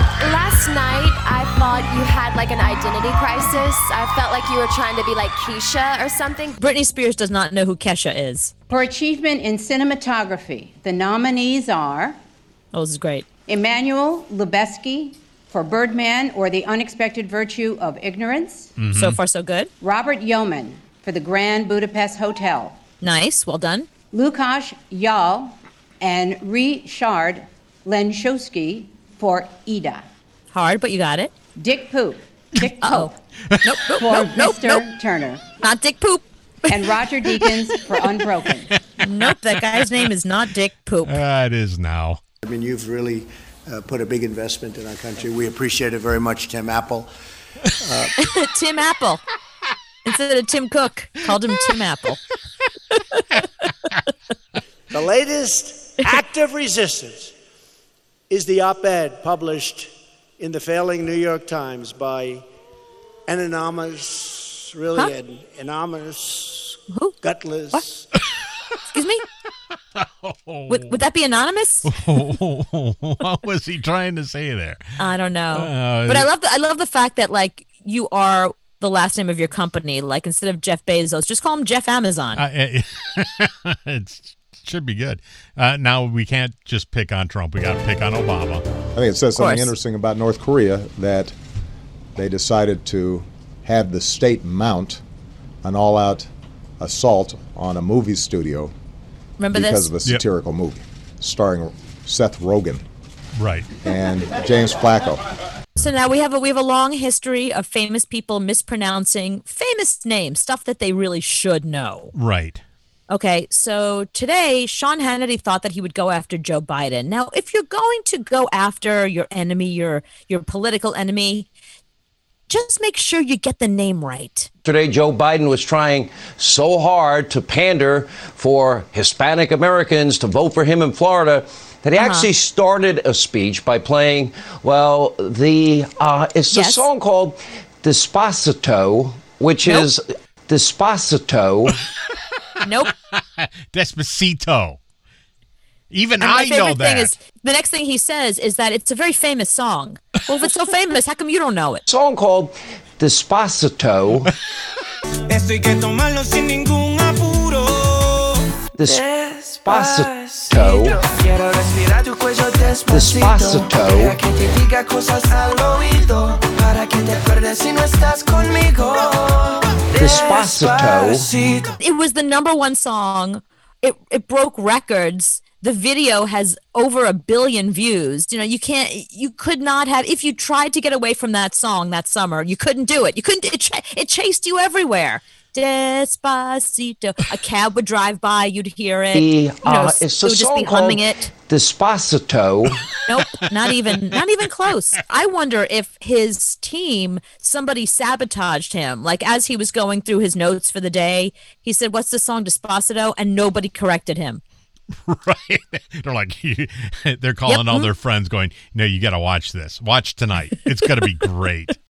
first night, I thought you had like an identity crisis. I felt like you were trying to be like Keisha or something. Britney Spears does not know who Kesha is. For achievement in cinematography, the nominees are Oh, this is great. Emmanuel Lubezki for Birdman or The Unexpected Virtue of Ignorance, Mm-hmm. So far, so good. Robert Yeoman for The Grand Budapest Hotel, Nice. Well done. Lukash Yal and Richard Lenshowski for Ida, Hard, but you got it. Dick Poop, Dick Uh-oh. Pope Nope, nope, for nope, nope, Mr. nope. Turner, Not Dick Poop. and Roger Deakins for Unbroken. nope, that guy's name is not Dick Poop. Uh, it is now. I mean, you've really uh, put a big investment in our country. We appreciate it very much, Tim Apple. Tim Apple. Instead of Tim Cook, called him Tim Apple. The latest act of resistance is the op ed published in the failing New York Times by an anonymous, really Huh? an anonymous, Who? gutless. Excuse me? Oh. Would, would that be anonymous? what was he trying to say there? I don't know. Uh, but I love the, I love the fact that like you are the last name of your company. Like instead of Jeff Bezos, just call him Jeff Amazon. I- I- Uh, it's should be good. Uh, now we can't just pick on Trump. We got to pick on Obama. I think it course. says something interesting about North Korea that they decided to have the state mount an all out assault on a movie studio Remember because this? of a Yep. satirical movie starring Seth Rogen Right. and James Flacco. So now we have a we have a long history of famous people mispronouncing famous names, stuff that they really should know. Right. Okay, so today Sean Hannity thought that he would go after Joe Biden. Now, if you're going to go after your enemy, your your political enemy, just make sure you get the name right. Yesterday, Joe Biden was trying so hard to pander for Hispanic Americans to vote for him in Florida that Uh-huh. he actually started a speech by playing, well, the uh, it's a Yes. song called Despacito, which Nope. is Despacito. Nope. Despacito. Even And I know that. thing is the next thing he says is that it's a very famous song. Well, if it's so famous, how come you don't know it? song called Despacito. Esto hay que tomarlo sin ningún apuro. Despacito. Quiero respirar tu cuello despacito. Despacito. Deja que te diga cosas al oído. Para que te pierdas si no estás conmigo. Despacito. Despacito. It was the number one song. It it broke records. The video has over a billion views. You know, you can't, you could not have, if you tried to get away from that song that summer, you couldn't do it. You couldn't, it, cha- it chased you everywhere. Despacito. A cab would drive by, you'd hear it. The, You know, uh, s- it's it a would just song be called humming it. Despacito. Nope, not even not even close. I wonder if his team somebody sabotaged him. Like as he was going through his notes for the day, he said, "What's the song Despacito?" and nobody corrected him. right? They're like, they're calling all their friends, going, "No, you got to watch this. Watch tonight. It's going to be great."